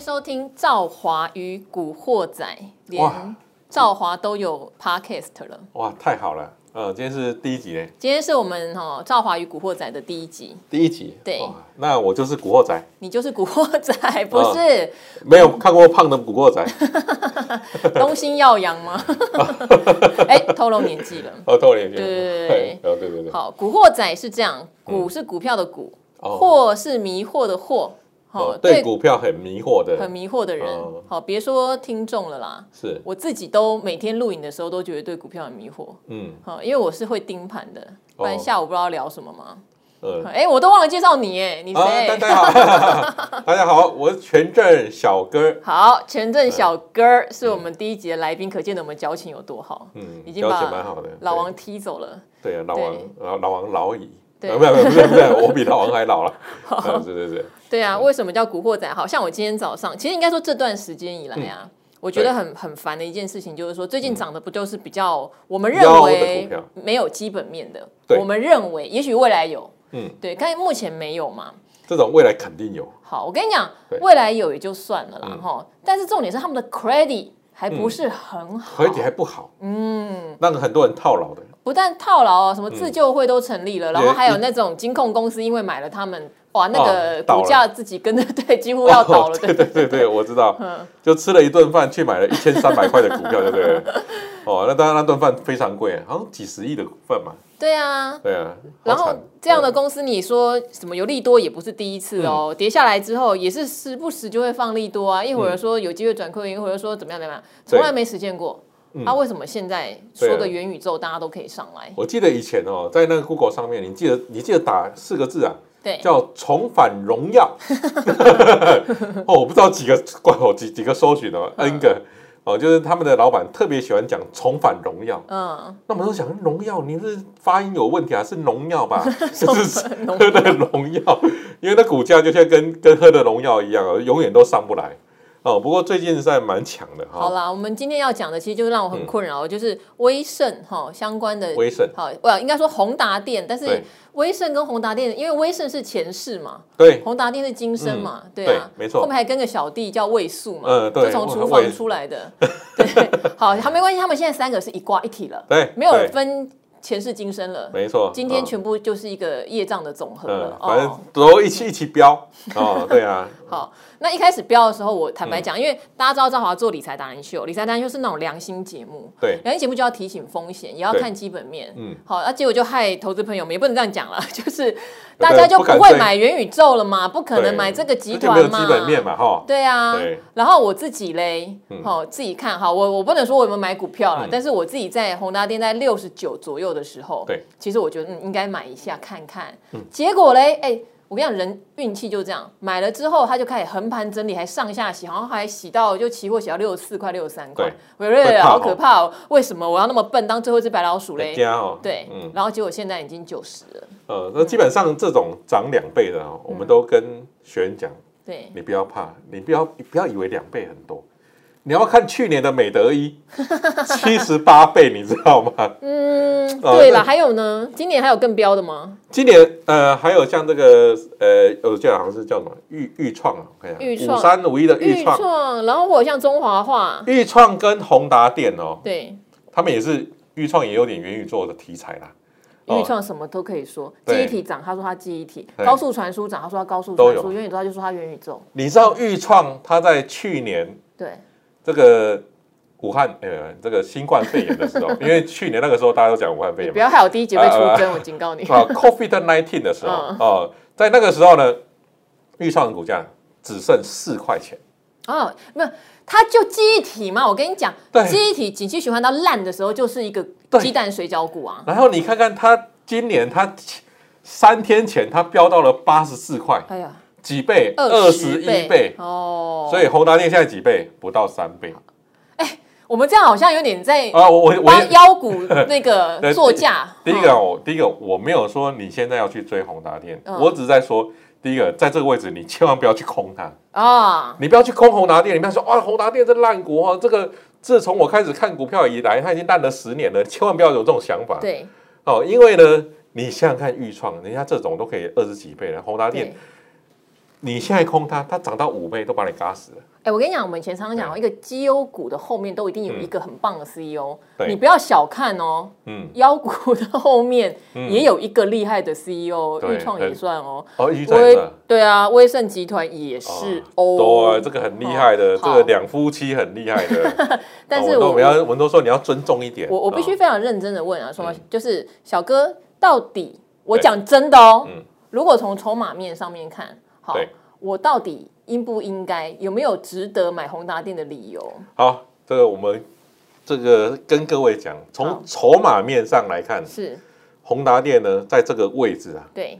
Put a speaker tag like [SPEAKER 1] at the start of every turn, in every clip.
[SPEAKER 1] 收听赵华与古惑仔，连
[SPEAKER 2] 哇
[SPEAKER 1] 赵华都有 podcast 了。
[SPEAKER 2] 哇，太好了，呃，今天是第一集嘞，
[SPEAKER 1] 今天是我们哈、哦、赵华与古惑仔的第一集，
[SPEAKER 2] 第一集，
[SPEAKER 1] 对
[SPEAKER 2] 哇那我就是古惑仔，
[SPEAKER 1] 你就是古惑仔，不是、
[SPEAKER 2] 没有看过胖的古 惑仔，哦
[SPEAKER 1] 东兴耀阳 吗？哎、透露年纪了。
[SPEAKER 2] 哦，透脸
[SPEAKER 1] 对对对
[SPEAKER 2] 对对对对，
[SPEAKER 1] 好，古惑仔是这样，股是股票的股，
[SPEAKER 2] 嗯哦
[SPEAKER 1] 惑是迷惑的惑。好、
[SPEAKER 2] 哦，对股票很迷惑
[SPEAKER 1] 很
[SPEAKER 2] 的，
[SPEAKER 1] 迷惑的人，
[SPEAKER 2] 哦
[SPEAKER 1] 好，别说听众了啦，
[SPEAKER 2] 是，
[SPEAKER 1] 我自己都每天录影的时候都觉得对股票很迷惑。
[SPEAKER 2] 嗯
[SPEAKER 1] 好，因为我是会盯盘的，不然
[SPEAKER 2] 哦
[SPEAKER 1] 下午不知道聊什么嘛。
[SPEAKER 2] 嗯，
[SPEAKER 1] 哎、我都忘了介绍你，哎，你谁？
[SPEAKER 2] 啊，大家好， 大家好，我是全镇小哥，
[SPEAKER 1] 好，前阵小哥儿是我们第一集的来宾，可见的我们交情有多好，
[SPEAKER 2] 嗯，
[SPEAKER 1] 已经
[SPEAKER 2] 了解
[SPEAKER 1] 把
[SPEAKER 2] 蛮好的，
[SPEAKER 1] 老王踢走了。
[SPEAKER 2] 对，对啊，老王，老老王老矣，
[SPEAKER 1] 对
[SPEAKER 2] 啊没有没有不是不是， 我比老王还老了，啊对对对，
[SPEAKER 1] 对啊，为什么叫古惑仔？好像我今天早上，其实应该说这段时间以来
[SPEAKER 2] 嗯
[SPEAKER 1] 啊，我觉得很很烦的一件事情，就是说最近涨的不就是比较我们认
[SPEAKER 2] 妖的
[SPEAKER 1] 为
[SPEAKER 2] 股票
[SPEAKER 1] 没有基本面的，
[SPEAKER 2] 对
[SPEAKER 1] 我们认为也许未来有，
[SPEAKER 2] 嗯，
[SPEAKER 1] 对，但目前没有嘛。
[SPEAKER 2] 这种未来肯定有，
[SPEAKER 1] 好，我跟你讲
[SPEAKER 2] 对，嗯
[SPEAKER 1] 未来有也就算了啦，哈、但是重点是他们的 credit 还不是很好，
[SPEAKER 2] 而且还不好，嗯，让很多人套牢的，
[SPEAKER 1] 不但套
[SPEAKER 2] 嗯
[SPEAKER 1] 牢哦，什么自救会都成立了，然后还有那种金控公司因为买了他们，哇，那个
[SPEAKER 2] 哦倒了
[SPEAKER 1] 股价自己跟着 对几乎要倒了，
[SPEAKER 2] 哦对
[SPEAKER 1] 对嗯
[SPEAKER 2] 对对对，我知道，就吃了一顿饭，去买了一千三百块的股票，对不对？ 哦，那当然那顿饭非常贵，好像几十亿的饭嘛，
[SPEAKER 1] 对啊。
[SPEAKER 2] 对啊。
[SPEAKER 1] 然
[SPEAKER 2] 好
[SPEAKER 1] 后
[SPEAKER 2] 惨嗯啊
[SPEAKER 1] 这样的公司，你说什么有利多也不是第一次哦，跌下来之后也是时不时就会放利多啊，一会儿
[SPEAKER 2] 嗯
[SPEAKER 1] 说有机会转亏，一会儿说怎么样怎么样，从来没实现过。啊，为什么现在说
[SPEAKER 2] 嗯对
[SPEAKER 1] 个
[SPEAKER 2] 啊
[SPEAKER 1] 元宇宙大家都可以上来？
[SPEAKER 2] 我记得以前哦，在那个 Google 上面，你记得你记得打四个字啊，
[SPEAKER 1] 对，
[SPEAKER 2] 叫“重返荣耀” 。哦，我不知道几个关哦，几几个搜寻哦，N
[SPEAKER 1] 嗯
[SPEAKER 2] 个哦，就是他们的老板特别喜欢讲“重返荣耀”。
[SPEAKER 1] 嗯，
[SPEAKER 2] 那我们都想荣耀，你是发音有问题啊？是农 药吧？就是
[SPEAKER 1] 农
[SPEAKER 2] 喝的农药，因为那股价就像跟跟喝的农药一样啊，永远都上不来哦。不过最近在蛮强的
[SPEAKER 1] 好
[SPEAKER 2] 哈，
[SPEAKER 1] 啦，我们今天要讲的其实就是让我很困扰，就是威盛哈相关的
[SPEAKER 2] 嗯威嗯盛
[SPEAKER 1] 好，哦我应该说宏达电，但是
[SPEAKER 2] 对
[SPEAKER 1] 威盛跟宏达电，因为威盛是前世嘛，
[SPEAKER 2] 对，
[SPEAKER 1] 宏达电是今生嘛，对啊，
[SPEAKER 2] 嗯对没错
[SPEAKER 1] 后面还跟个小弟叫魏素嘛，
[SPEAKER 2] 嗯对
[SPEAKER 1] 就从
[SPEAKER 2] 我
[SPEAKER 1] 厨
[SPEAKER 2] 我也
[SPEAKER 1] 房出来 的，对，好，好没关系，他们现在三个是一挂一体了，
[SPEAKER 2] 对
[SPEAKER 1] 没有
[SPEAKER 2] 对
[SPEAKER 1] 分前世今生了，
[SPEAKER 2] 没错，
[SPEAKER 1] 今天
[SPEAKER 2] 嗯
[SPEAKER 1] 全部就是一个业障的总和
[SPEAKER 2] 嗯
[SPEAKER 1] 了，，哦
[SPEAKER 2] 反正都一起一起飙 哦，对啊，
[SPEAKER 1] 好，那一开始标的时候，我坦
[SPEAKER 2] 嗯
[SPEAKER 1] 白讲，因为大家知道赵华做理财达人秀，理财达人秀是那种良心节目，
[SPEAKER 2] 对，
[SPEAKER 1] 良心节目就要提醒风险，也要
[SPEAKER 2] 对
[SPEAKER 1] 看基本面。
[SPEAKER 2] 嗯，
[SPEAKER 1] 好，那、结果就害投资朋友们，也不能这样讲 了，就是大家就
[SPEAKER 2] 不
[SPEAKER 1] 不
[SPEAKER 2] 敢
[SPEAKER 1] 会
[SPEAKER 2] 追
[SPEAKER 1] 买元宇宙了嘛，不可能
[SPEAKER 2] 对
[SPEAKER 1] 买这个集
[SPEAKER 2] 这就没有
[SPEAKER 1] 团嘛，
[SPEAKER 2] 基本面嘛哈，
[SPEAKER 1] 对啊，
[SPEAKER 2] 对
[SPEAKER 1] 然后我自己嘞，
[SPEAKER 2] 嗯
[SPEAKER 1] 好、自己看好，我我不能说我有没有买股票啦，但是我自己在宏达电在六十九左右的时候，
[SPEAKER 2] 对，嗯
[SPEAKER 1] 其实我觉得嗯应该买一下看看，结果嘞，哎。我跟你讲，人运气就这样，买了之后它就开始横盘整理，还上下洗，好像还洗到就期货洗到六十四块、六十三块
[SPEAKER 2] 对，
[SPEAKER 1] 我觉得
[SPEAKER 2] 会怕
[SPEAKER 1] 好
[SPEAKER 2] 哦
[SPEAKER 1] 可怕哦！为什么我要那么笨，当最后一只白老鼠嘞？
[SPEAKER 2] 加哦，
[SPEAKER 1] 对，
[SPEAKER 2] 嗯
[SPEAKER 1] 然后结果现在已经九十了，
[SPEAKER 2] 呃，那基本上这种涨两倍的哦，我们都跟学员讲，
[SPEAKER 1] 对，
[SPEAKER 2] 你不要怕，你不要不要以为两倍很多，你要看去年的美德一七十八倍，你知道吗？
[SPEAKER 1] 嗯，
[SPEAKER 2] 哦
[SPEAKER 1] 对了，
[SPEAKER 2] 那
[SPEAKER 1] 还有呢，今年还有更标的吗？
[SPEAKER 2] 今年呃还有像这个呃，我记得好像是叫什么豫豫创啊，我看
[SPEAKER 1] 豫
[SPEAKER 2] 一下，
[SPEAKER 1] 创
[SPEAKER 2] 五三五一的豫创，
[SPEAKER 1] 创，然后我有像中华化，
[SPEAKER 2] 豫创跟宏达电哦，
[SPEAKER 1] 对，
[SPEAKER 2] 他们也是豫创也有点元宇宙的题材啦，哦
[SPEAKER 1] 预创什么都可以说，记
[SPEAKER 2] 对
[SPEAKER 1] 忆体涨，他说他记忆体；
[SPEAKER 2] 对
[SPEAKER 1] 高速传输涨，他说他高速
[SPEAKER 2] 都
[SPEAKER 1] 传
[SPEAKER 2] 有
[SPEAKER 1] 输；元宇宙他就说他元宇宙。
[SPEAKER 2] 你知道豫创它在去年
[SPEAKER 1] 对，
[SPEAKER 2] 这个。武汉呃，这个新冠肺炎的时候，因为去年那个时候大家都讲武汉肺炎嘛
[SPEAKER 1] 不，要害我第一节被出
[SPEAKER 2] 啊
[SPEAKER 1] 征，我警告你。
[SPEAKER 2] 啊，COVID nineteen 的时候
[SPEAKER 1] 嗯
[SPEAKER 2] 哦，在那个时候呢，豫创的股价只剩四块钱，
[SPEAKER 1] 哦，没有，他就记忆体嘛。我跟你讲
[SPEAKER 2] 对，
[SPEAKER 1] 记忆体景气循环到烂的时候，就是一个
[SPEAKER 2] 对
[SPEAKER 1] 鸡蛋水饺股啊。
[SPEAKER 2] 然后你看看它今年它三天前它飙到了八十四块，
[SPEAKER 1] 哎呀，
[SPEAKER 2] 几倍？
[SPEAKER 1] 二
[SPEAKER 2] 十
[SPEAKER 1] 十
[SPEAKER 2] 一
[SPEAKER 1] 倍
[SPEAKER 2] 倍。
[SPEAKER 1] 哦。
[SPEAKER 2] 所以宏达电现在几倍？不到三倍
[SPEAKER 1] 我们这样好像有点在
[SPEAKER 2] 啊！我我我
[SPEAKER 1] 帮腰股那个
[SPEAKER 2] 对
[SPEAKER 1] 座驾。
[SPEAKER 2] 第一个
[SPEAKER 1] 哦，
[SPEAKER 2] 我第一个我没有说你现在要去追宏达电，
[SPEAKER 1] 嗯
[SPEAKER 2] 我只是在说第一个在这个位置你千万不要去空它。
[SPEAKER 1] 啊，
[SPEAKER 2] 你不要去空宏达电，你不要说啊，宏达电这烂股哦，这个自从我开始看股票以来，它已经烂了十年了，千万不要有这种想法
[SPEAKER 1] 对
[SPEAKER 2] 哦，因为呢，你想想看，豫创人家这种都可以二十几倍了，宏达电
[SPEAKER 1] 对。
[SPEAKER 2] 你现在空它，它涨到五倍都把你嘎死了，
[SPEAKER 1] 哎、哎，我跟你讲，我们以前常常讲哦，一个绩优股的后面都一定有一个很棒的 CEO，、
[SPEAKER 2] 嗯对
[SPEAKER 1] 你不要小看哦。
[SPEAKER 2] 嗯，
[SPEAKER 1] 妖股的后面也有一个厉害的 CEO，
[SPEAKER 2] 对
[SPEAKER 1] 豫创也算哦，
[SPEAKER 2] 哦，预算也
[SPEAKER 1] 威
[SPEAKER 2] 算
[SPEAKER 1] 对啊，威盛集团也是
[SPEAKER 2] 哦，
[SPEAKER 1] 哦
[SPEAKER 2] 这。个很厉害的，
[SPEAKER 1] 哦
[SPEAKER 2] 这个两夫妻很厉害的。
[SPEAKER 1] 但
[SPEAKER 2] 哦
[SPEAKER 1] 是
[SPEAKER 2] 文东
[SPEAKER 1] 我
[SPEAKER 2] 我们要文东说你要尊重一点，
[SPEAKER 1] 我我必须
[SPEAKER 2] 哦
[SPEAKER 1] 非常认真的问啊，说
[SPEAKER 2] 嗯
[SPEAKER 1] 就是小哥到底，我
[SPEAKER 2] 对
[SPEAKER 1] 讲真的哦
[SPEAKER 2] 嗯，
[SPEAKER 1] 如果从筹码面上面看，好
[SPEAKER 2] 对，
[SPEAKER 1] 我到底应不应该，有没有值得买宏达电的理由？
[SPEAKER 2] 好，这个我们这个跟各位讲，
[SPEAKER 1] 好
[SPEAKER 2] 从筹码面上来看，
[SPEAKER 1] 是
[SPEAKER 2] 宏达电呢在这个位置啊，
[SPEAKER 1] 对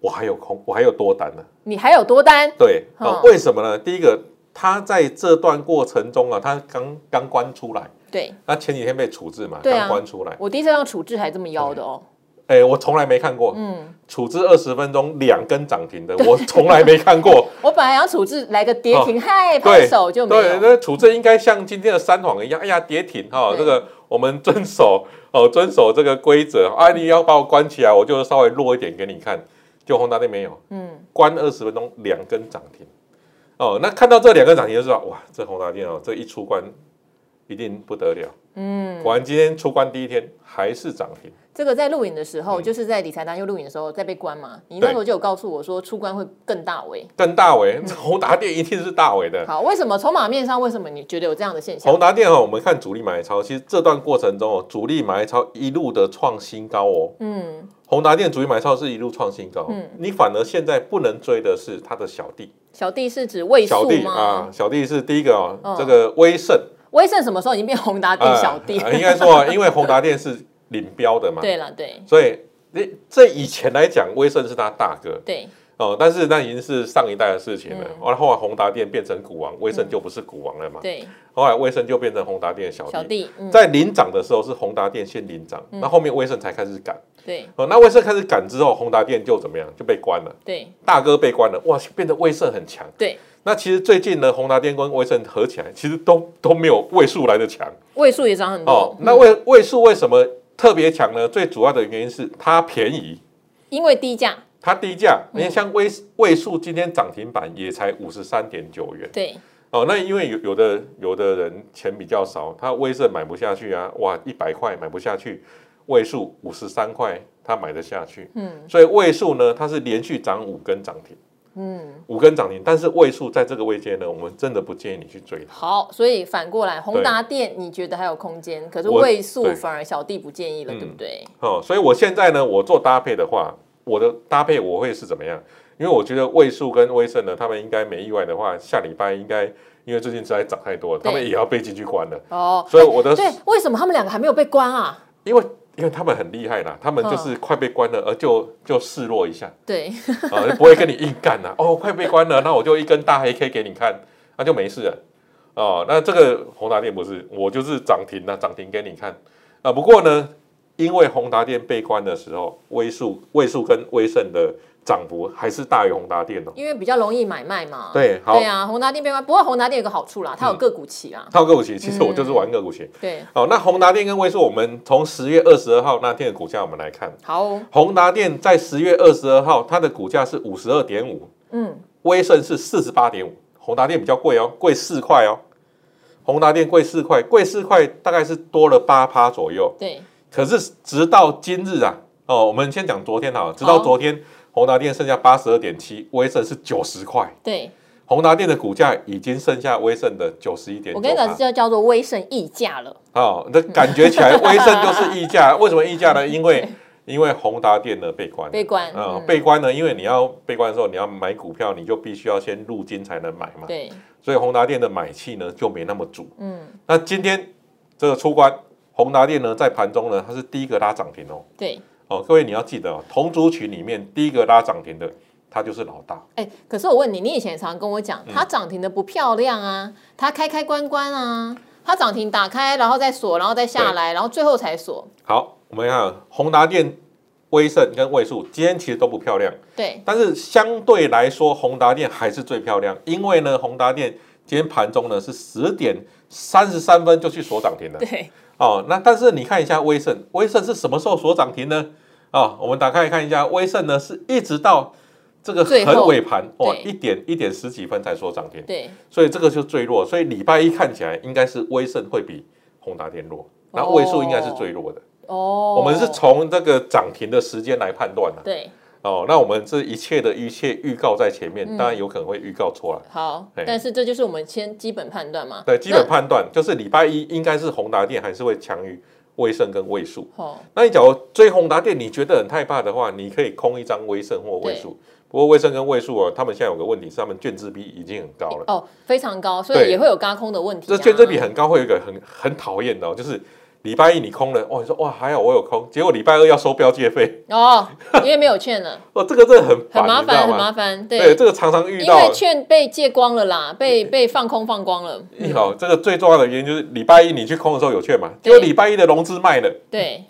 [SPEAKER 2] 我还有空，我还有多单呢、
[SPEAKER 1] 你还有多单，
[SPEAKER 2] 对，哦
[SPEAKER 1] 嗯，
[SPEAKER 2] 为什么呢？第一个，它在这段过程中啊，它刚刚关出来，
[SPEAKER 1] 对
[SPEAKER 2] 它前几天被处置嘛，
[SPEAKER 1] 对啊
[SPEAKER 2] 刚关出来。
[SPEAKER 1] 我第一次让处置还这么妖的哦，
[SPEAKER 2] 哎，我从来没看过，
[SPEAKER 1] 嗯，
[SPEAKER 2] 处置二十分钟两根涨停的，我从来没看过。
[SPEAKER 1] 我本来要处置来个跌停，嗨拍
[SPEAKER 2] 对，
[SPEAKER 1] 手就没
[SPEAKER 2] 哦对，
[SPEAKER 1] 有，
[SPEAKER 2] 那处置应该像今天的三谎一样，哎呀，跌停哈，
[SPEAKER 1] 对
[SPEAKER 2] 这个我们遵守哦，遵守这个规则啊，你要把我关起来，我就稍微弱一点给你看。就宏达那没有
[SPEAKER 1] 嗯，
[SPEAKER 2] 关二十分钟，两根涨停哦，那看到这两根涨停就知道，哇，这宏达店哦，这一出关一定不得了。嗯，果然今天出关第一天还是涨停，
[SPEAKER 1] 这个在录影的时
[SPEAKER 2] 嗯
[SPEAKER 1] 候，就是在理财单又录影的时候在被关嘛，你那时候就有告诉我说出关会更大尾。
[SPEAKER 2] 更大 尾，宏达店一定是大尾的。
[SPEAKER 1] 好，为什么筹码面上为什么你觉得有这样的现象？
[SPEAKER 2] 宏达电哦，我们看主力买超，其实这段过程中哦，主力买超一路的创新高哦。
[SPEAKER 1] 嗯，
[SPEAKER 2] 宏达电主力买超是一路创新高，
[SPEAKER 1] 嗯
[SPEAKER 2] 你反而现在不能追的是它的小弟，
[SPEAKER 1] 小弟是指位
[SPEAKER 2] 小
[SPEAKER 1] 数
[SPEAKER 2] 弟啊
[SPEAKER 1] 吗？，
[SPEAKER 2] 小弟是第一个哦，
[SPEAKER 1] 嗯
[SPEAKER 2] 这个威盛
[SPEAKER 1] 威盛什么时候已经变宏达店小弟？
[SPEAKER 2] 呃应 该说啊，因为宏达电是领标的嘛，
[SPEAKER 1] 对了，对
[SPEAKER 2] 所以那这以前来讲，威盛是他大哥
[SPEAKER 1] 对，
[SPEAKER 2] 哦，但是那已经是上一代的事情了
[SPEAKER 1] 嗯。
[SPEAKER 2] 后来后来宏达电变成股王，威盛就不是股王了嘛，
[SPEAKER 1] 对，
[SPEAKER 2] 后来威盛就变成宏达电的小
[SPEAKER 1] 小
[SPEAKER 2] 弟。
[SPEAKER 1] 弟，嗯，
[SPEAKER 2] 在领涨的时候是宏达电先领涨，那后面威盛才开始赶。
[SPEAKER 1] 对
[SPEAKER 2] 哦，那威盛开始赶之后，宏达电就怎么样？就被关了，
[SPEAKER 1] 对
[SPEAKER 2] 大哥被关了，哇，变得威盛很强。
[SPEAKER 1] 对，
[SPEAKER 2] 那其实最近呢，宏达电跟威盛合起来，其实都都没有位数来的强
[SPEAKER 1] 位数也涨很多。。
[SPEAKER 2] 哦那位位数为什么特别强呢？最主要的原因是它便宜，
[SPEAKER 1] 因为低价，
[SPEAKER 2] 它低价。你看，像位位数今天涨停板也才五十三点九元
[SPEAKER 1] 对
[SPEAKER 2] 哦。那因为有有的有的人钱比较少，他威盛买不下去啊，哇，一百块买不下去，位数五十三块他买得下去，
[SPEAKER 1] 嗯
[SPEAKER 2] 所以位数呢，它是连续涨五根涨停。
[SPEAKER 1] 嗯，
[SPEAKER 2] 五根涨停，但是位数在这个位阶呢，我们真的不建议你去追它。
[SPEAKER 1] 好，所以反过来，宏达电你觉得还有空间，可是
[SPEAKER 2] 我
[SPEAKER 1] 位数
[SPEAKER 2] 对
[SPEAKER 1] 反而小弟不建议了，对不
[SPEAKER 2] 嗯
[SPEAKER 1] 对？
[SPEAKER 2] 哦，所以我现在呢，我做搭配的话，我的搭配我会是怎么样？因为我觉得位数跟威盛呢，他们应该没意外的话，下礼拜应该因为最近实在涨太多了，
[SPEAKER 1] 对
[SPEAKER 2] 他们也要被进去关了。
[SPEAKER 1] 哦，
[SPEAKER 2] 所以我的，
[SPEAKER 1] 对，为什么他们两个还没有被关啊？
[SPEAKER 2] 因为因为他们很厉害啦，他们就是快被关了，而就就示弱一下，
[SPEAKER 1] 对，
[SPEAKER 2] 啊，不会跟你硬干啦。 哦，快被关了，那我就一根大黑 K 给你看，那就没事了。哦，那这个宏达电不是，我就是涨停了，涨停给你看。啊，不过呢，因为宏达电被关的时候，微数、位数跟微盛的涨幅还是大于宏达电哦。
[SPEAKER 1] 因为比较容易买卖嘛。
[SPEAKER 2] 对好
[SPEAKER 1] 对啊，宏达电变卖，不过宏达电有个好处啦，它有
[SPEAKER 2] 嗯
[SPEAKER 1] 个股期啦。
[SPEAKER 2] 套个股期，其实我就是玩个股期。
[SPEAKER 1] 对，
[SPEAKER 2] 哦，那宏达电跟微数，我们从十月二十二号那天的股价，我们来看，
[SPEAKER 1] 好哦，
[SPEAKER 2] 宏达电在十月二十二号，它的股价是五十二点五，
[SPEAKER 1] 嗯，
[SPEAKER 2] 威盛是四十八点五，宏达电比较贵哦，贵四块哦。宏达电贵四块，贵四块大概是多了八趴左右。
[SPEAKER 1] 对，
[SPEAKER 2] 可是直到今日啊，哦，我们先讲昨天好了，直到
[SPEAKER 1] 好
[SPEAKER 2] 昨天，宏达电剩下八十二点七，威盛是九十块，
[SPEAKER 1] 对，
[SPEAKER 2] 宏达电的股价已经剩下威盛的九十一点
[SPEAKER 1] 我
[SPEAKER 2] 九
[SPEAKER 1] 跟你讲，
[SPEAKER 2] 趴。
[SPEAKER 1] 这叫做威盛溢价了。
[SPEAKER 2] 哦，那感觉起来威盛就是溢价，为什么溢价呢？因为因为宏达电呢被关了，
[SPEAKER 1] 被关
[SPEAKER 2] 啊、
[SPEAKER 1] 嗯
[SPEAKER 2] 被关呢，因为你要被关的时候，你要买股票，你就必须要先入金才能买嘛。
[SPEAKER 1] 对，
[SPEAKER 2] 所以宏达电的买气呢就没那么足。
[SPEAKER 1] 嗯，
[SPEAKER 2] 那今天这个出关，宏达电呢在盘中呢它是第一个拉涨停哦。
[SPEAKER 1] 对。
[SPEAKER 2] 哦，各位你要记得哦，同族群里面第一个拉涨停的，它就是老大。
[SPEAKER 1] 哎，可是我问你，你以前也常跟我讲，
[SPEAKER 2] 嗯
[SPEAKER 1] 它涨停的不漂亮啊，它开开关关啊，它涨停打开，然后再锁，然后再下来，然后最后才锁。
[SPEAKER 2] 好，我们看宏达电、威盛跟位数，今天其实都不漂亮，
[SPEAKER 1] 对，
[SPEAKER 2] 但是相对来说，宏达电还是最漂亮，因为呢，宏达电今天盘中呢是十点三十三分就去锁涨停了。
[SPEAKER 1] 对，
[SPEAKER 2] 哦，那但是你看一下威盛，哦威盛是什么时候所涨停呢？啊、我们打开来看一下，威盛呢是一直到这个
[SPEAKER 1] 最后
[SPEAKER 2] 很尾盘哦，
[SPEAKER 1] 对
[SPEAKER 2] 一点一点十几分才说涨停，
[SPEAKER 1] 对，
[SPEAKER 2] 所以这个就最弱。所以礼拜一看起来应该是威盛会比宏达电弱，然后位数应该是最弱的。
[SPEAKER 1] 哦，
[SPEAKER 2] 我们是从这个涨停的时间来判断的、
[SPEAKER 1] 对
[SPEAKER 2] 哦，那我们这一切的一切预告在前
[SPEAKER 1] 嗯
[SPEAKER 2] 面，当然有可能会预告错了。
[SPEAKER 1] 好，
[SPEAKER 2] 嘿
[SPEAKER 1] 但是这就是我们先基本判断嘛。
[SPEAKER 2] 对，基本判断就是礼拜一应该是宏达电还是会强于威盛跟位数。
[SPEAKER 1] 那哦，
[SPEAKER 2] 那你假如追宏达电，你觉得很害怕的话，你可以空一张威盛或位数。不过威盛跟位数哦，他们现在有个问题是，他们券资比已经很高了。
[SPEAKER 1] 哦，非常高，所以
[SPEAKER 2] 对
[SPEAKER 1] 也会有嘎空的问题、啊。
[SPEAKER 2] 这券资比很高，会有一个很很讨厌的、哦，就是礼拜一你空了，哦哇，你说哇还好我有空，结果礼拜二要收标借费，
[SPEAKER 1] 哦，因为没有券了，
[SPEAKER 2] 哦，这个真的很
[SPEAKER 1] 很
[SPEAKER 2] 烦，
[SPEAKER 1] 麻
[SPEAKER 2] 你知道
[SPEAKER 1] 烦，很
[SPEAKER 2] 吗？
[SPEAKER 1] 麻烦。
[SPEAKER 2] 对，这个常常遇
[SPEAKER 1] 因
[SPEAKER 2] 到。
[SPEAKER 1] 为券被借光了啦，被被放空放光了。
[SPEAKER 2] 你好，这个最重要的原因就是礼拜一你去空的时候有券嘛，结
[SPEAKER 1] 对
[SPEAKER 2] 果礼拜一的融资卖了，
[SPEAKER 1] 对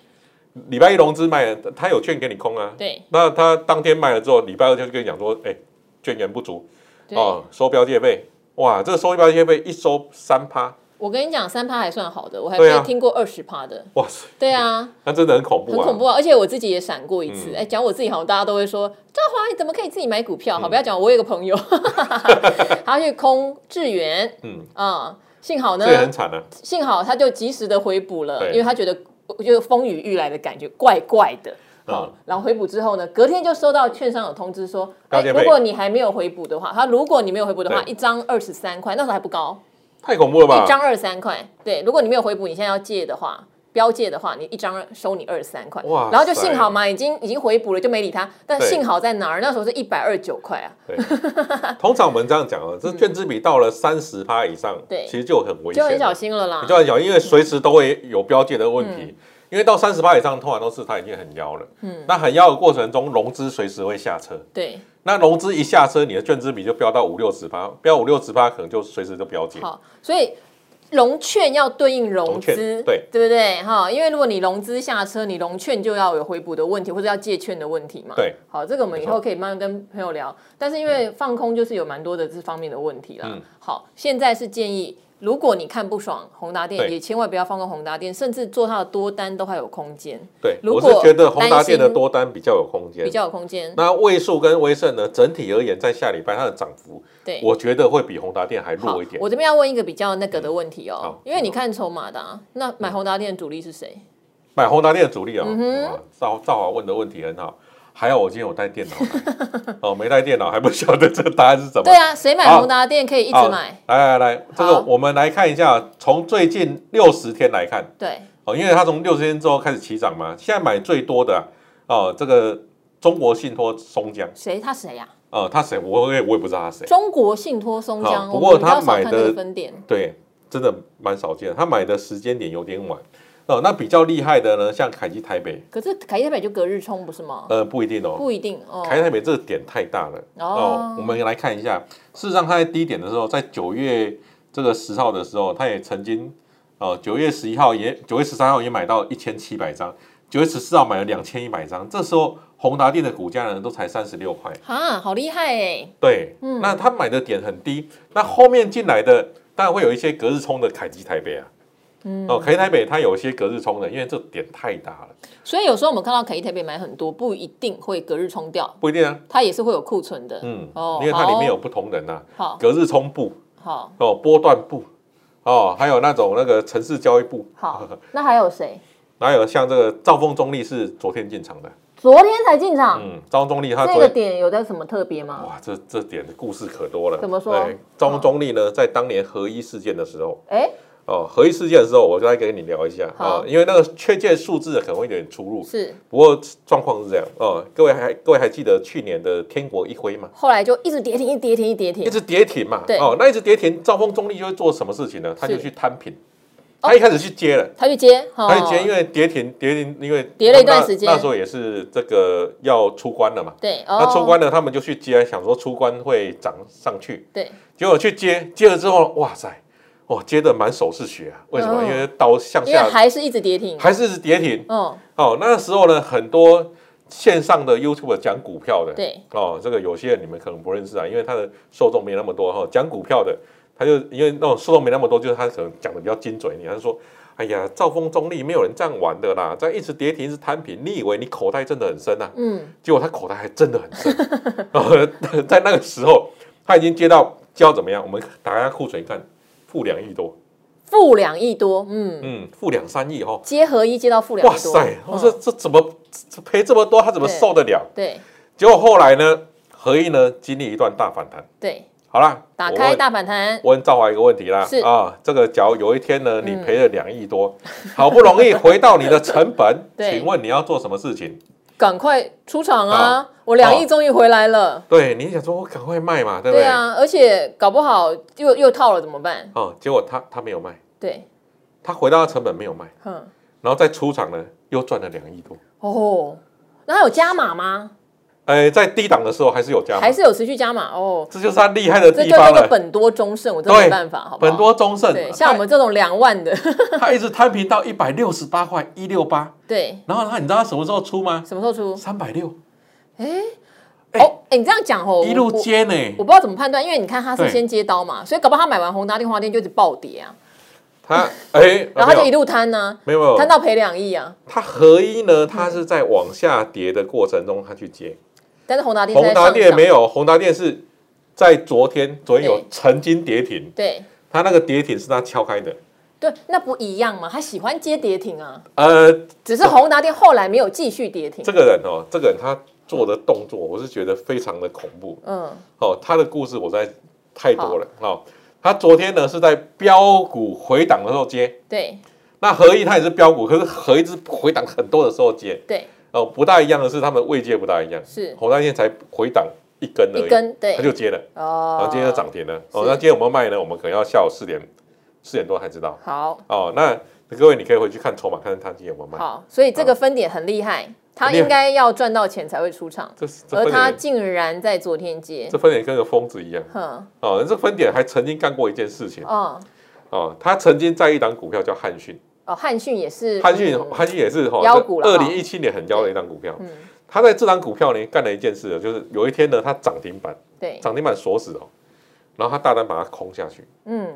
[SPEAKER 2] 礼拜一融资卖了，他有券给你空啊。
[SPEAKER 1] 对
[SPEAKER 2] 那他当天卖了之后，礼拜二就跟你讲说，哎，券源不足
[SPEAKER 1] 对，
[SPEAKER 2] 哦，收标借费。哇，这个收标借费一收三趴，
[SPEAKER 1] 我跟你讲，三趴还算好的，我还
[SPEAKER 2] 对啊
[SPEAKER 1] 没听过二十趴的。
[SPEAKER 2] 哇塞，
[SPEAKER 1] 对啊，
[SPEAKER 2] 那真的很恐
[SPEAKER 1] 很
[SPEAKER 2] 怖啊。
[SPEAKER 1] 恐怖啊！而且我自己也闪过一次。
[SPEAKER 2] 嗯
[SPEAKER 1] 哎、讲我自己好像大家都会说，赵华你怎么可以自己买股
[SPEAKER 2] 嗯
[SPEAKER 1] 票？好，不要讲，我有一个朋友， 他去空智源，
[SPEAKER 2] 嗯，
[SPEAKER 1] 啊、幸好呢
[SPEAKER 2] 这，也很惨啊。
[SPEAKER 1] 幸好他就及时的回补了，
[SPEAKER 2] 对
[SPEAKER 1] 因为他觉得我觉得风雨欲来的感觉怪怪的。好、
[SPEAKER 2] 嗯
[SPEAKER 1] 然后回补之后呢，隔天就收到券商有通知说，
[SPEAKER 2] 高
[SPEAKER 1] 哎，
[SPEAKER 2] 阶
[SPEAKER 1] 如
[SPEAKER 2] 配
[SPEAKER 1] 果你还没有回补的话，他如果你没有回补的话，
[SPEAKER 2] 对
[SPEAKER 1] 一张二十三块，那时候还不高，
[SPEAKER 2] 太恐怖了吧
[SPEAKER 1] 一？张二三块。对，如果你没有回补，你现在要借的话，标借的话，你一张收你二十三块。
[SPEAKER 2] 哇塞
[SPEAKER 1] 然后就幸好嘛，已经已经回补了，就没理他。但
[SPEAKER 2] 对
[SPEAKER 1] 幸好在哪儿？那时候是一百二十九块啊，
[SPEAKER 2] 对，通常我们这样讲啊，这券资比到了三十趴以上，
[SPEAKER 1] 嗯对
[SPEAKER 2] 其实就很危
[SPEAKER 1] 就
[SPEAKER 2] 险啊
[SPEAKER 1] 很
[SPEAKER 2] 了，
[SPEAKER 1] 小心了啦
[SPEAKER 2] 你。就很小心，因为随时都会有标界的问题。
[SPEAKER 1] 嗯
[SPEAKER 2] 因为到三十八以上，通常都是它已经很妖了。嗯，那很妖的过程中，融资随时会下车。
[SPEAKER 1] 对，
[SPEAKER 2] 那融资一下车，你的券资比就飙到五六十趴，飙五六十趴，可能就随时就标界。
[SPEAKER 1] 好，所以融券要对应融
[SPEAKER 2] 融
[SPEAKER 1] 资，
[SPEAKER 2] 券对
[SPEAKER 1] 对不对？哈，因为如果你融资下车，你融券就要有回补的问题，或者要借券的问题嘛。
[SPEAKER 2] 对，
[SPEAKER 1] 好，这个我们以
[SPEAKER 2] 没
[SPEAKER 1] 后
[SPEAKER 2] 错
[SPEAKER 1] 可以慢慢跟朋友聊。但是因为放空就是有蛮多的这方面的问题啦。
[SPEAKER 2] 嗯
[SPEAKER 1] 好，现在是建议。如果你看不爽宏达电，
[SPEAKER 2] 对
[SPEAKER 1] 也千万不要放空宏达电，甚至做它的多单都还有空间，
[SPEAKER 2] 对，
[SPEAKER 1] 如
[SPEAKER 2] 我
[SPEAKER 1] 果
[SPEAKER 2] 是觉得宏达
[SPEAKER 1] 担
[SPEAKER 2] 电的
[SPEAKER 1] 心
[SPEAKER 2] 多单比较有空间
[SPEAKER 1] 比。较有空间。
[SPEAKER 2] 那位数跟威盛呢，整体而言，在下礼拜它的涨幅，
[SPEAKER 1] 对，
[SPEAKER 2] 我觉得会比宏达电还弱一点
[SPEAKER 1] 我。这边要问一个比较那个的问题
[SPEAKER 2] 嗯嗯
[SPEAKER 1] 哦
[SPEAKER 2] 好，
[SPEAKER 1] 因为你看筹码的啊，那买宏达电的主力是谁？
[SPEAKER 2] 买宏达电的主力哦，
[SPEAKER 1] 嗯哼
[SPEAKER 2] 哇赵赵华问的问题很好，还好我今天有带电脑来， 哦，没带电脑还不晓得这个答案是什么。
[SPEAKER 1] 对啊，谁买
[SPEAKER 2] 好
[SPEAKER 1] 宏达电可以一
[SPEAKER 2] 好
[SPEAKER 1] 直买？
[SPEAKER 2] 来来来，这
[SPEAKER 1] 好
[SPEAKER 2] 个我们来看一下，从最近六十天来看
[SPEAKER 1] 对，
[SPEAKER 2] 哦，因为它从六十天之后开始起涨嘛，现在买最多的啊哦，这个中国信托松江
[SPEAKER 1] 谁？他谁呀、
[SPEAKER 2] 哦，他谁我我也我也不知道他谁，
[SPEAKER 1] 中国信托松江，
[SPEAKER 2] 好
[SPEAKER 1] 我
[SPEAKER 2] 不
[SPEAKER 1] 们
[SPEAKER 2] 过
[SPEAKER 1] 比较
[SPEAKER 2] 他
[SPEAKER 1] 少看
[SPEAKER 2] 买
[SPEAKER 1] 这个
[SPEAKER 2] 的
[SPEAKER 1] 分店。
[SPEAKER 2] 对，真的蛮少见，他买的时间点有点晚哦，那比较厉害的呢，像凯基台北，
[SPEAKER 1] 可是凯业北就隔日冲不是吗？
[SPEAKER 2] 呃，不一定哦，
[SPEAKER 1] 不一定哦。
[SPEAKER 2] 台台北这个点太大了
[SPEAKER 1] 哦
[SPEAKER 2] 我们来看一下，事实上它在低点的时候，在九月这个十号的时候，它也曾经哦，九、月十一号也九月十三号也买到一千七百张，九月十四号买了两千一百张，这时候宏达电的股价呢都才三十六块，
[SPEAKER 1] 哈，好厉害哎！
[SPEAKER 2] 对，那它买的点很低，那后面进来的当然会有一些隔日冲的凯基台北啊。
[SPEAKER 1] 嗯
[SPEAKER 2] 哦，凯基台北它有一些隔日冲的，因为这点太大了，
[SPEAKER 1] 所以有时候我们看到凯业北买很多，不一定会隔日冲掉，
[SPEAKER 2] 不一定啊，
[SPEAKER 1] 它也是会有库存的。
[SPEAKER 2] 嗯，
[SPEAKER 1] 哦
[SPEAKER 2] 因为它里面
[SPEAKER 1] 好
[SPEAKER 2] 有不同人呐、
[SPEAKER 1] 好
[SPEAKER 2] 隔日冲部，
[SPEAKER 1] 好
[SPEAKER 2] 哦，波段部，哦，还有那种那个城市交易部，
[SPEAKER 1] 好，那还有谁？
[SPEAKER 2] 还有像这个兆丰中立是昨天进场的，
[SPEAKER 1] 昨天才进场，
[SPEAKER 2] 嗯，兆丰中立它
[SPEAKER 1] 这
[SPEAKER 2] 昨
[SPEAKER 1] 个
[SPEAKER 2] 天，
[SPEAKER 1] 点有在什么特别吗？
[SPEAKER 2] 哇，这这点的故事可多了。
[SPEAKER 1] 怎么说
[SPEAKER 2] 对兆丰中立呢，在当年合一事件的时候，
[SPEAKER 1] 哎，
[SPEAKER 2] 哦，合一事件的时候，我就来跟你聊一下，
[SPEAKER 1] 好
[SPEAKER 2] 哦，因为那个确切数字可能会有点出入，
[SPEAKER 1] 是
[SPEAKER 2] 不过状况是这样，哦，各位还各位还记得去年的天国一辉吗？
[SPEAKER 1] 后来就一直跌停，一直跌停，一直跌
[SPEAKER 2] 一
[SPEAKER 1] 停。
[SPEAKER 2] 直跌停嘛，
[SPEAKER 1] 对
[SPEAKER 2] 哦，那一直跌停，兆丰中立就会做什么事情呢？他就是去摊平，
[SPEAKER 1] 哦
[SPEAKER 2] 他一开始去接了。
[SPEAKER 1] 他去接，哈
[SPEAKER 2] 他以前因为跌停，跌停，因为
[SPEAKER 1] 哦跌了一段时间
[SPEAKER 2] 那那时候也是这个要出关了嘛。
[SPEAKER 1] 对，
[SPEAKER 2] 那
[SPEAKER 1] 哦，
[SPEAKER 2] 出关了，他们就去接，想说出关会涨上去，
[SPEAKER 1] 对，
[SPEAKER 2] 结果去接，接了之后，哇塞，哇，接的满手是血啊！为什么？
[SPEAKER 1] 嗯
[SPEAKER 2] 因为刀向
[SPEAKER 1] 因为
[SPEAKER 2] 下
[SPEAKER 1] 还是一直跌停。
[SPEAKER 2] 还是一直跌停。
[SPEAKER 1] 嗯，
[SPEAKER 2] 哦，那时候呢，很多线上的 YouTube 讲股票的，
[SPEAKER 1] 对，
[SPEAKER 2] 哦，这个有些人你们可能不认识啊，因为他的受众没那么多哈、讲股票的，他就因为那种受众没那么多，就是他可能讲的比较精准一点。他就说，哎呀，兆丰中立没有人这样玩的啦，这样一直跌停是摊平，你以为你口袋真的很深啊？
[SPEAKER 1] 嗯，
[SPEAKER 2] 结果他口袋还真的很深。然后呢 在那个时候，他已经接到接到怎么样？我们打开他库存一看，负两亿多，
[SPEAKER 1] 负两亿多，嗯，
[SPEAKER 2] 嗯，负两三亿哦。
[SPEAKER 1] 结合一接到负两
[SPEAKER 2] 哇
[SPEAKER 1] 亿多，
[SPEAKER 2] 塞，我说
[SPEAKER 1] 嗯
[SPEAKER 2] 这怎么这赔这么多，他怎么
[SPEAKER 1] 对
[SPEAKER 2] 受得了？
[SPEAKER 1] 对
[SPEAKER 2] 结果后来呢，合一呢经历一段大反弹。
[SPEAKER 1] 对，
[SPEAKER 2] 好啦，
[SPEAKER 1] 打
[SPEAKER 2] 我
[SPEAKER 1] 开
[SPEAKER 2] 问
[SPEAKER 1] 大反弹，
[SPEAKER 2] 我问赵华一个问题啦
[SPEAKER 1] 是，，
[SPEAKER 2] 啊，这个假如有一天呢，你赔了两亿多，好不容易回到你的成本
[SPEAKER 1] 对
[SPEAKER 2] 请问你要做什么事情？
[SPEAKER 1] 赶快出场啊
[SPEAKER 2] 啊！
[SPEAKER 1] 我两亿终于回来了，
[SPEAKER 2] 对，你想说我赶快卖嘛，对不
[SPEAKER 1] 对
[SPEAKER 2] 对？
[SPEAKER 1] 啊，而且搞不好又又套了怎么办？
[SPEAKER 2] 哦，结果他他没有卖，
[SPEAKER 1] 对，
[SPEAKER 2] 他回到他成本没有卖，
[SPEAKER 1] 哼，
[SPEAKER 2] 然后再出场呢又赚了两亿多。
[SPEAKER 1] 哦，那还有加码吗？
[SPEAKER 2] 哎，在低档的时候还是有加码
[SPEAKER 1] 还，是有持续加码哦？
[SPEAKER 2] 这就是他厉害的
[SPEAKER 1] 这对
[SPEAKER 2] 地
[SPEAKER 1] 那
[SPEAKER 2] 方
[SPEAKER 1] 个
[SPEAKER 2] 了。
[SPEAKER 1] 本多中胜，我真的没办法，好不好？
[SPEAKER 2] 本多哎中盛，
[SPEAKER 1] 对，像我们这种两万的，
[SPEAKER 2] 他他一直摊平到一百六十八块一六八，
[SPEAKER 1] 对，
[SPEAKER 2] 然后他你知道他什么时候出吗？
[SPEAKER 1] 什么时候出？
[SPEAKER 2] 三百六，哎
[SPEAKER 1] 哦，哎，你这样讲哦，
[SPEAKER 2] 一路
[SPEAKER 1] 我
[SPEAKER 2] 接呢
[SPEAKER 1] 我。不知道怎么判断，因为你看他是
[SPEAKER 2] 对
[SPEAKER 1] 先接刀嘛，所以搞不好他买完宏达电、华电就一直暴跌啊，
[SPEAKER 2] 他 哎，
[SPEAKER 1] 然后他就一
[SPEAKER 2] 路
[SPEAKER 1] 路摊呢，
[SPEAKER 2] 没有没有
[SPEAKER 1] 摊到赔两亿啊。
[SPEAKER 2] 它合一呢，它是在往下跌的过程中，它去接。
[SPEAKER 1] 但是宏达电是
[SPEAKER 2] 宏
[SPEAKER 1] 在
[SPEAKER 2] 达
[SPEAKER 1] 上
[SPEAKER 2] 电
[SPEAKER 1] 涨
[SPEAKER 2] 没有，宏达电是在昨天，昨天有
[SPEAKER 1] 对
[SPEAKER 2] 曾经跌停，
[SPEAKER 1] 对
[SPEAKER 2] 它那个跌停是它敲开的。
[SPEAKER 1] 对，那不一样嘛，他喜欢接跌停啊，
[SPEAKER 2] 呃，
[SPEAKER 1] 只是宏达电后来没有继续跌停
[SPEAKER 2] 这。个人哦，这个人他做的动作，我是觉得非常的恐怖
[SPEAKER 1] 嗯，
[SPEAKER 2] 哦。他的故事我在太多了哦。他昨天呢是在标股回档的时候接，
[SPEAKER 1] 对
[SPEAKER 2] 那合一它也是标股，可是合一是回档很多的时候接
[SPEAKER 1] 对，
[SPEAKER 2] 哦。不大一样的是，他们位阶不大一样，
[SPEAKER 1] 是
[SPEAKER 2] 宏达电才回档一根而已，
[SPEAKER 1] 一根对
[SPEAKER 2] 他就接了。
[SPEAKER 1] 哦。
[SPEAKER 2] 然后今天就涨停了。哦，
[SPEAKER 1] 是
[SPEAKER 2] 那今天我们卖呢，我们可能要下午四点四点多才知道。
[SPEAKER 1] 好
[SPEAKER 2] 哦，那各位你可以回去看筹码，看看它今天有没有卖。
[SPEAKER 1] 好，所以这个分点很厉害，他
[SPEAKER 2] 嗯很厉害
[SPEAKER 1] 应该要赚到钱才会出场，
[SPEAKER 2] 这是这
[SPEAKER 1] 而
[SPEAKER 2] 分
[SPEAKER 1] 他
[SPEAKER 2] 点，
[SPEAKER 1] 竟然在昨天接
[SPEAKER 2] 这，分点跟个疯子一样。
[SPEAKER 1] 哼，
[SPEAKER 2] 哦，这分点还曾经干过一件事情。
[SPEAKER 1] 哦
[SPEAKER 2] 哦，他曾经在一档股票叫汉讯，
[SPEAKER 1] 哦，汉讯也是，
[SPEAKER 2] 汉讯
[SPEAKER 1] 嗯
[SPEAKER 2] 汉讯也是哈
[SPEAKER 1] 妖股，啦
[SPEAKER 2] 二
[SPEAKER 1] 哈
[SPEAKER 2] 零一七年很妖的一档股票。
[SPEAKER 1] 嗯，
[SPEAKER 2] 他在这档股票呢干了一件事，哦就是有一天呢，它涨停板，
[SPEAKER 1] 对，
[SPEAKER 2] 涨停板锁死哦，然后他大单把它空下去。
[SPEAKER 1] 嗯，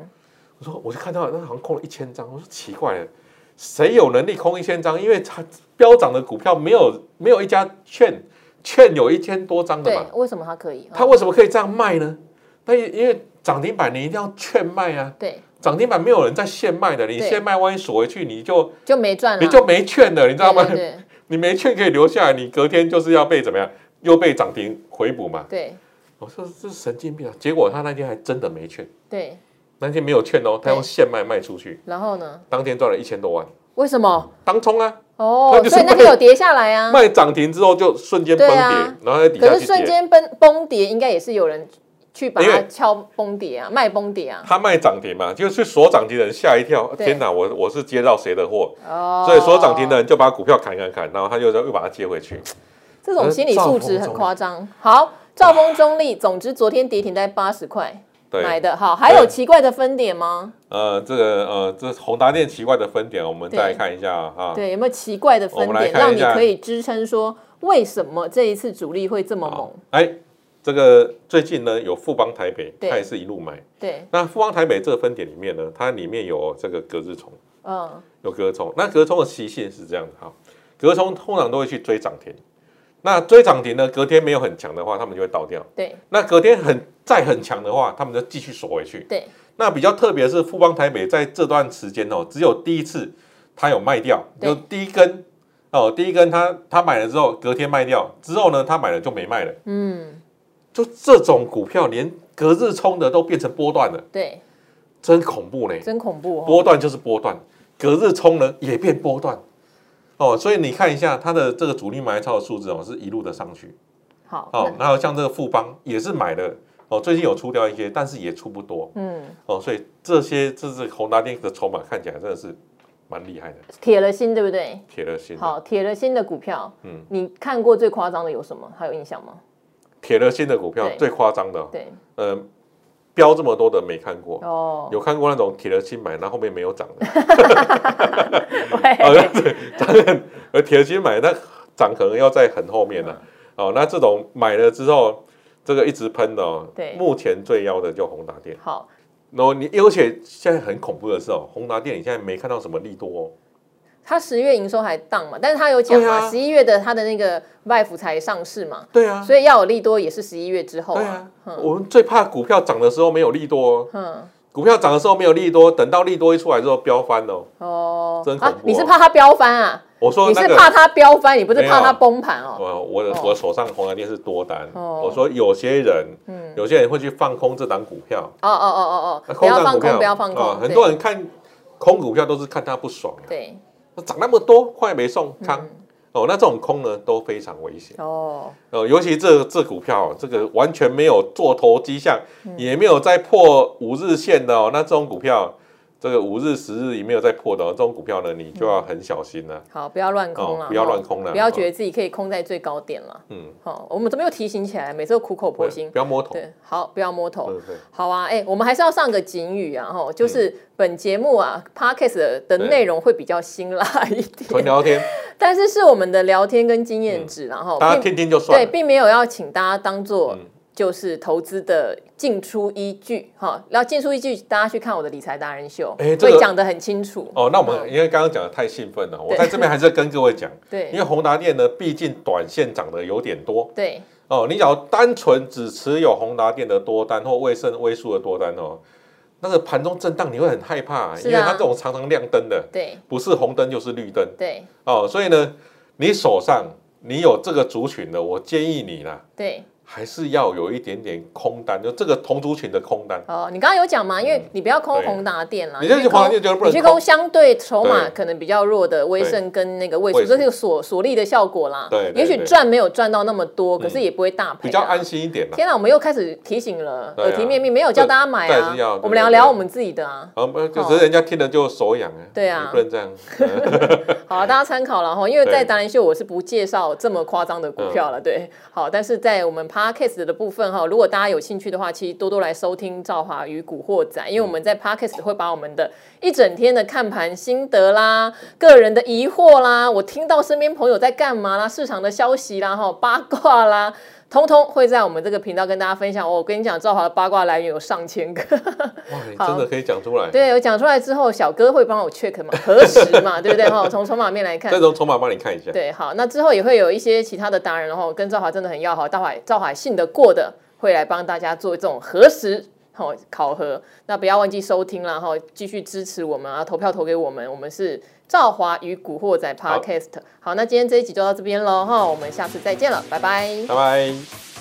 [SPEAKER 2] 我说，我就看到那好像空了一千张，我说奇怪了，谁有能力空一千张？因为它飙涨的股票没有没有一家券券有一千多张的
[SPEAKER 1] 对
[SPEAKER 2] 嘛，，
[SPEAKER 1] 为什么他可以？
[SPEAKER 2] 它
[SPEAKER 1] 嗯
[SPEAKER 2] 为什么可以这样卖呢？那因因为涨停板你一定要券卖啊，
[SPEAKER 1] 对
[SPEAKER 2] 涨停板没有人在现卖的，你
[SPEAKER 1] 对
[SPEAKER 2] 现卖万一锁回去，你就
[SPEAKER 1] 就没赚了，
[SPEAKER 2] 你就没券了，你知道吗？
[SPEAKER 1] 对对
[SPEAKER 2] 你没券可以留下来，你隔天就是要被怎么样？又被涨停回补嘛？
[SPEAKER 1] 对
[SPEAKER 2] 我说这是神经病啊！结果他那天还真的没券，
[SPEAKER 1] 对对，
[SPEAKER 2] 那天没有券哦，他用
[SPEAKER 1] 对嗯
[SPEAKER 2] 现卖卖出去，
[SPEAKER 1] 然后呢？
[SPEAKER 2] 当天赚了一千多万。
[SPEAKER 1] 为什么？
[SPEAKER 2] 当冲啊，
[SPEAKER 1] 哦
[SPEAKER 2] 他，就是
[SPEAKER 1] 所以那
[SPEAKER 2] 卖
[SPEAKER 1] 天有跌下来啊，
[SPEAKER 2] 卖涨停之后就瞬间崩跌，
[SPEAKER 1] 对啊
[SPEAKER 2] 然后在底
[SPEAKER 1] 可
[SPEAKER 2] 下
[SPEAKER 1] 是
[SPEAKER 2] 去
[SPEAKER 1] 瞬
[SPEAKER 2] 跌。
[SPEAKER 1] 间崩崩跌，应该也是有人去把
[SPEAKER 2] 因
[SPEAKER 1] 它
[SPEAKER 2] 为
[SPEAKER 1] 敲崩跌啊，卖崩跌啊。
[SPEAKER 2] 他卖涨停嘛，就是锁涨停的人吓一跳，
[SPEAKER 1] 对
[SPEAKER 2] 天哪，我我是接到谁的货？
[SPEAKER 1] 哦，
[SPEAKER 2] 所以锁涨停的人就把股票砍砍砍，然后他又又把它接回去。
[SPEAKER 1] 这种心理素质很夸
[SPEAKER 2] 嗯
[SPEAKER 1] 张。好，兆丰中立，总之昨天跌停在八十块买
[SPEAKER 2] 对，
[SPEAKER 1] 的，好，还有奇怪的分点吗？
[SPEAKER 2] 呃，这个呃，这宏达电奇怪的分点，我们
[SPEAKER 1] 对
[SPEAKER 2] 再来看一下啊。啊
[SPEAKER 1] 对，有没有奇怪的分
[SPEAKER 2] 我们来
[SPEAKER 1] 点，
[SPEAKER 2] 看
[SPEAKER 1] 让
[SPEAKER 2] 一
[SPEAKER 1] 你
[SPEAKER 2] 下
[SPEAKER 1] 可以支撑说为什么这一次主力会这么猛？
[SPEAKER 2] 哎，这个最近呢有富邦台北，
[SPEAKER 1] 对
[SPEAKER 2] 它也是一路买。
[SPEAKER 1] 对，
[SPEAKER 2] 那富邦台北这个分点里面呢，它里面有这个隔日虫，
[SPEAKER 1] 嗯，
[SPEAKER 2] 有隔冲，那隔冲的习性是这样的哈，隔冲通常都会去追涨停，那追涨停呢，隔天没有很强的话，他们就会倒掉。
[SPEAKER 1] 对
[SPEAKER 2] 那隔天很再很强的话，他们就继续锁回去。
[SPEAKER 1] 对，
[SPEAKER 2] 那比较特别的是富邦台北在这段时间哦，只有第一次它有卖掉，
[SPEAKER 1] 对
[SPEAKER 2] 就第一根哦，第一根它它买了之后，隔天卖掉之后呢，它买了就没卖了。
[SPEAKER 1] 嗯，
[SPEAKER 2] 就这种股票，连隔日冲的都变成波段了，
[SPEAKER 1] 对，
[SPEAKER 2] 真恐怖呢。
[SPEAKER 1] 真恐怖哦。
[SPEAKER 2] 波段就是波段，隔日冲呢也变波段。哦，所以你看一下它的这个主力买超的数字哦，是一路的上去。
[SPEAKER 1] 好，
[SPEAKER 2] 哦，然后像这个富邦也是买了，哦，最近有出掉一些，但是也出不多。
[SPEAKER 1] 那嗯，
[SPEAKER 2] 哦，所以这些这是宏达电的筹码看起来真的是蛮厉害的，
[SPEAKER 1] 铁了心，对不对？
[SPEAKER 2] 铁了心的。
[SPEAKER 1] 好，铁了心的股票，嗯
[SPEAKER 2] 嗯，
[SPEAKER 1] 你看过最夸张的有什么？还有印象吗？
[SPEAKER 2] 铁了心的股票
[SPEAKER 1] 对
[SPEAKER 2] 最夸张的哦，
[SPEAKER 1] 对，
[SPEAKER 2] 呃，标这么多的没看过，
[SPEAKER 1] 哦，
[SPEAKER 2] 有看过那种铁了心买，那后面没有涨的。
[SPEAKER 1] 喂
[SPEAKER 2] 好像哦对，当然，而铁心买那涨可能要在很后面了、
[SPEAKER 1] 嗯
[SPEAKER 2] 哦，那这种买了之后，这个一直喷的、哦，
[SPEAKER 1] 对
[SPEAKER 2] 目前最妖的就宏达电。
[SPEAKER 1] 好，
[SPEAKER 2] 然后你而且现在很恐怖的是哦，宏达电你现在没看到什么利多、哦，
[SPEAKER 1] 它十月营收还荡嘛，但是它有讲
[SPEAKER 2] 对
[SPEAKER 1] 嘛，
[SPEAKER 2] 啊
[SPEAKER 1] 十一、月的它的那个 VIF 才上市嘛，
[SPEAKER 2] 对啊，
[SPEAKER 1] 所以要有利多也是十一月之后
[SPEAKER 2] 对
[SPEAKER 1] 啊
[SPEAKER 2] 啊。，我们最怕股票涨的时候没有利多、哦，
[SPEAKER 1] 嗯，
[SPEAKER 2] 股票涨的时候没有利多，等到利多一出来之后飙翻哦。
[SPEAKER 1] 哦，
[SPEAKER 2] 真恐怖
[SPEAKER 1] 啊
[SPEAKER 2] 哦，
[SPEAKER 1] 你是怕它飙翻啊？
[SPEAKER 2] 我说
[SPEAKER 1] 你
[SPEAKER 2] 那
[SPEAKER 1] 是
[SPEAKER 2] 个
[SPEAKER 1] 怕它飙翻，你不是
[SPEAKER 2] 没有
[SPEAKER 1] 怕它崩盘哦？
[SPEAKER 2] 我我的
[SPEAKER 1] 哦
[SPEAKER 2] 我手上红蓝电是多单，
[SPEAKER 1] 哦
[SPEAKER 2] 我说有些人，
[SPEAKER 1] 嗯
[SPEAKER 2] 有些人会去放空这档股票，
[SPEAKER 1] 哦哦哦哦
[SPEAKER 2] 那
[SPEAKER 1] 哦，不要
[SPEAKER 2] 这档
[SPEAKER 1] 放
[SPEAKER 2] 股
[SPEAKER 1] 空，
[SPEAKER 2] 票
[SPEAKER 1] 不要放
[SPEAKER 2] 啊
[SPEAKER 1] 空，
[SPEAKER 2] 很
[SPEAKER 1] 对
[SPEAKER 2] 多人看空股票都是看它不爽，
[SPEAKER 1] 对
[SPEAKER 2] 涨那么多，快没送
[SPEAKER 1] 嗯
[SPEAKER 2] 康哦，那这种空呢都非常危险
[SPEAKER 1] 哦，
[SPEAKER 2] 哦，尤其这这股票哦这个完全没有做头迹象，
[SPEAKER 1] 嗯
[SPEAKER 2] 也没有在破五日线的哦，那这种股票。这个五日、十日也没有在破的、哦，这种股票呢，你就要很小心了、
[SPEAKER 1] 好，不要乱空了，
[SPEAKER 2] 哦不要
[SPEAKER 1] 哦
[SPEAKER 2] 乱空了
[SPEAKER 1] 不要
[SPEAKER 2] 哦
[SPEAKER 1] 觉得自己可以空在最高点了。
[SPEAKER 2] 嗯，
[SPEAKER 1] 好，我们怎么又提醒起来？每次都苦口婆心
[SPEAKER 2] 不。要摸头。
[SPEAKER 1] 对，好，不要摸头。
[SPEAKER 2] 对对，
[SPEAKER 1] 好啊，哎、我们还是要上个警语啊，吼，就是本节目啊、p o d c a s t 的内容会比较辛辣一
[SPEAKER 2] 纯
[SPEAKER 1] 点，
[SPEAKER 2] 聊天，
[SPEAKER 1] 但是是我们的聊天跟经验值啦，然后、
[SPEAKER 2] 嗯大家
[SPEAKER 1] 并
[SPEAKER 2] 听听就算
[SPEAKER 1] 对，
[SPEAKER 2] 了。
[SPEAKER 1] 并没有要请大家当做
[SPEAKER 2] 嗯
[SPEAKER 1] 就是投资的进出依据，哈、然后进出依据大家去看我的理财达人秀，
[SPEAKER 2] 哎这个
[SPEAKER 1] 会讲得很清楚。
[SPEAKER 2] 哦，那我们因为刚刚讲的太兴奋了，我
[SPEAKER 1] 嗯对
[SPEAKER 2] 在这边还是跟各位 讲，因
[SPEAKER 1] 对
[SPEAKER 2] 为宏达电呢，毕竟短线涨得有点多
[SPEAKER 1] 对，
[SPEAKER 2] 哦。你只要单纯只持有宏达电的多单或卫生微数的多单哦，那个盘中震荡你会很害怕、欸
[SPEAKER 1] 是啊
[SPEAKER 2] 因为它这种常常亮灯的，
[SPEAKER 1] 对
[SPEAKER 2] 不是红灯就是绿灯
[SPEAKER 1] 对
[SPEAKER 2] 哦。所以呢，你手上你有这个族群的，我建议你啦，
[SPEAKER 1] 对，
[SPEAKER 2] 还是要有一点点空单，就这个同族群的空单。
[SPEAKER 1] 哦，你刚刚有讲嘛，因为你不要空
[SPEAKER 2] 嗯对
[SPEAKER 1] 宏达电啦，
[SPEAKER 2] 你这
[SPEAKER 1] 去
[SPEAKER 2] 句话
[SPEAKER 1] 空
[SPEAKER 2] 就觉得不
[SPEAKER 1] 你
[SPEAKER 2] 能
[SPEAKER 1] 去
[SPEAKER 2] 空
[SPEAKER 1] 空相对筹码
[SPEAKER 2] 对
[SPEAKER 1] 可能比较弱的威盛跟那个位数，
[SPEAKER 2] 位数
[SPEAKER 1] 这是所所利的效果啦。
[SPEAKER 2] 对对
[SPEAKER 1] 也许
[SPEAKER 2] 对嗯
[SPEAKER 1] 赚没有赚到那么多，可是也不会大赔啊。
[SPEAKER 2] 比较安心一点啦。
[SPEAKER 1] 天哪，我们又开始提醒了，
[SPEAKER 2] 对啊
[SPEAKER 1] 耳提面命，没有叫大家买
[SPEAKER 2] 这这也
[SPEAKER 1] 啊
[SPEAKER 2] 是要。
[SPEAKER 1] 我们俩
[SPEAKER 2] 对对
[SPEAKER 1] 聊
[SPEAKER 2] 对
[SPEAKER 1] 我们自己的啊，
[SPEAKER 2] 啊，不，就
[SPEAKER 1] 哦
[SPEAKER 2] 只是人家听了就手痒啊。
[SPEAKER 1] 对啊
[SPEAKER 2] 你不能这样。
[SPEAKER 1] 好啊，大家参考了哈。因为在
[SPEAKER 2] 对
[SPEAKER 1] 达人秀我是不介绍这么夸张的股票了，对。好，但是在我们 podcast 的部分哈，如果大家有兴趣的话，其实多多来收听《赵华与古惑仔》，因为我们在 podcast 会把我们的一整天的看盘心得啦、个人的疑惑啦、我听到身边朋友在干嘛啦、市场的消息啦、哈八卦啦。通通会在我们这个频道跟大家分享。我跟你讲，赵华的八卦来源有上千个，
[SPEAKER 2] 哇，你
[SPEAKER 1] 好
[SPEAKER 2] 真的可以讲出来。
[SPEAKER 1] 对我讲出来之后，小哥会帮我 check 嘛，核实嘛，对不对？哈，从筹码面来看
[SPEAKER 2] 再，从筹码帮你看一下。
[SPEAKER 1] 对，好，那之后也会有一些其他的达人，然后跟赵华真的很要好，赵华赵华信得过的，会来帮大家做这种核实。好、考核，那不要忘记收听啦，然后继续支持我们啊，投票投给我们，我们是赵华与古惑仔 Podcast。好，那今天这一集就到这边喽哈，我们下次再见了，拜拜。
[SPEAKER 2] 拜拜。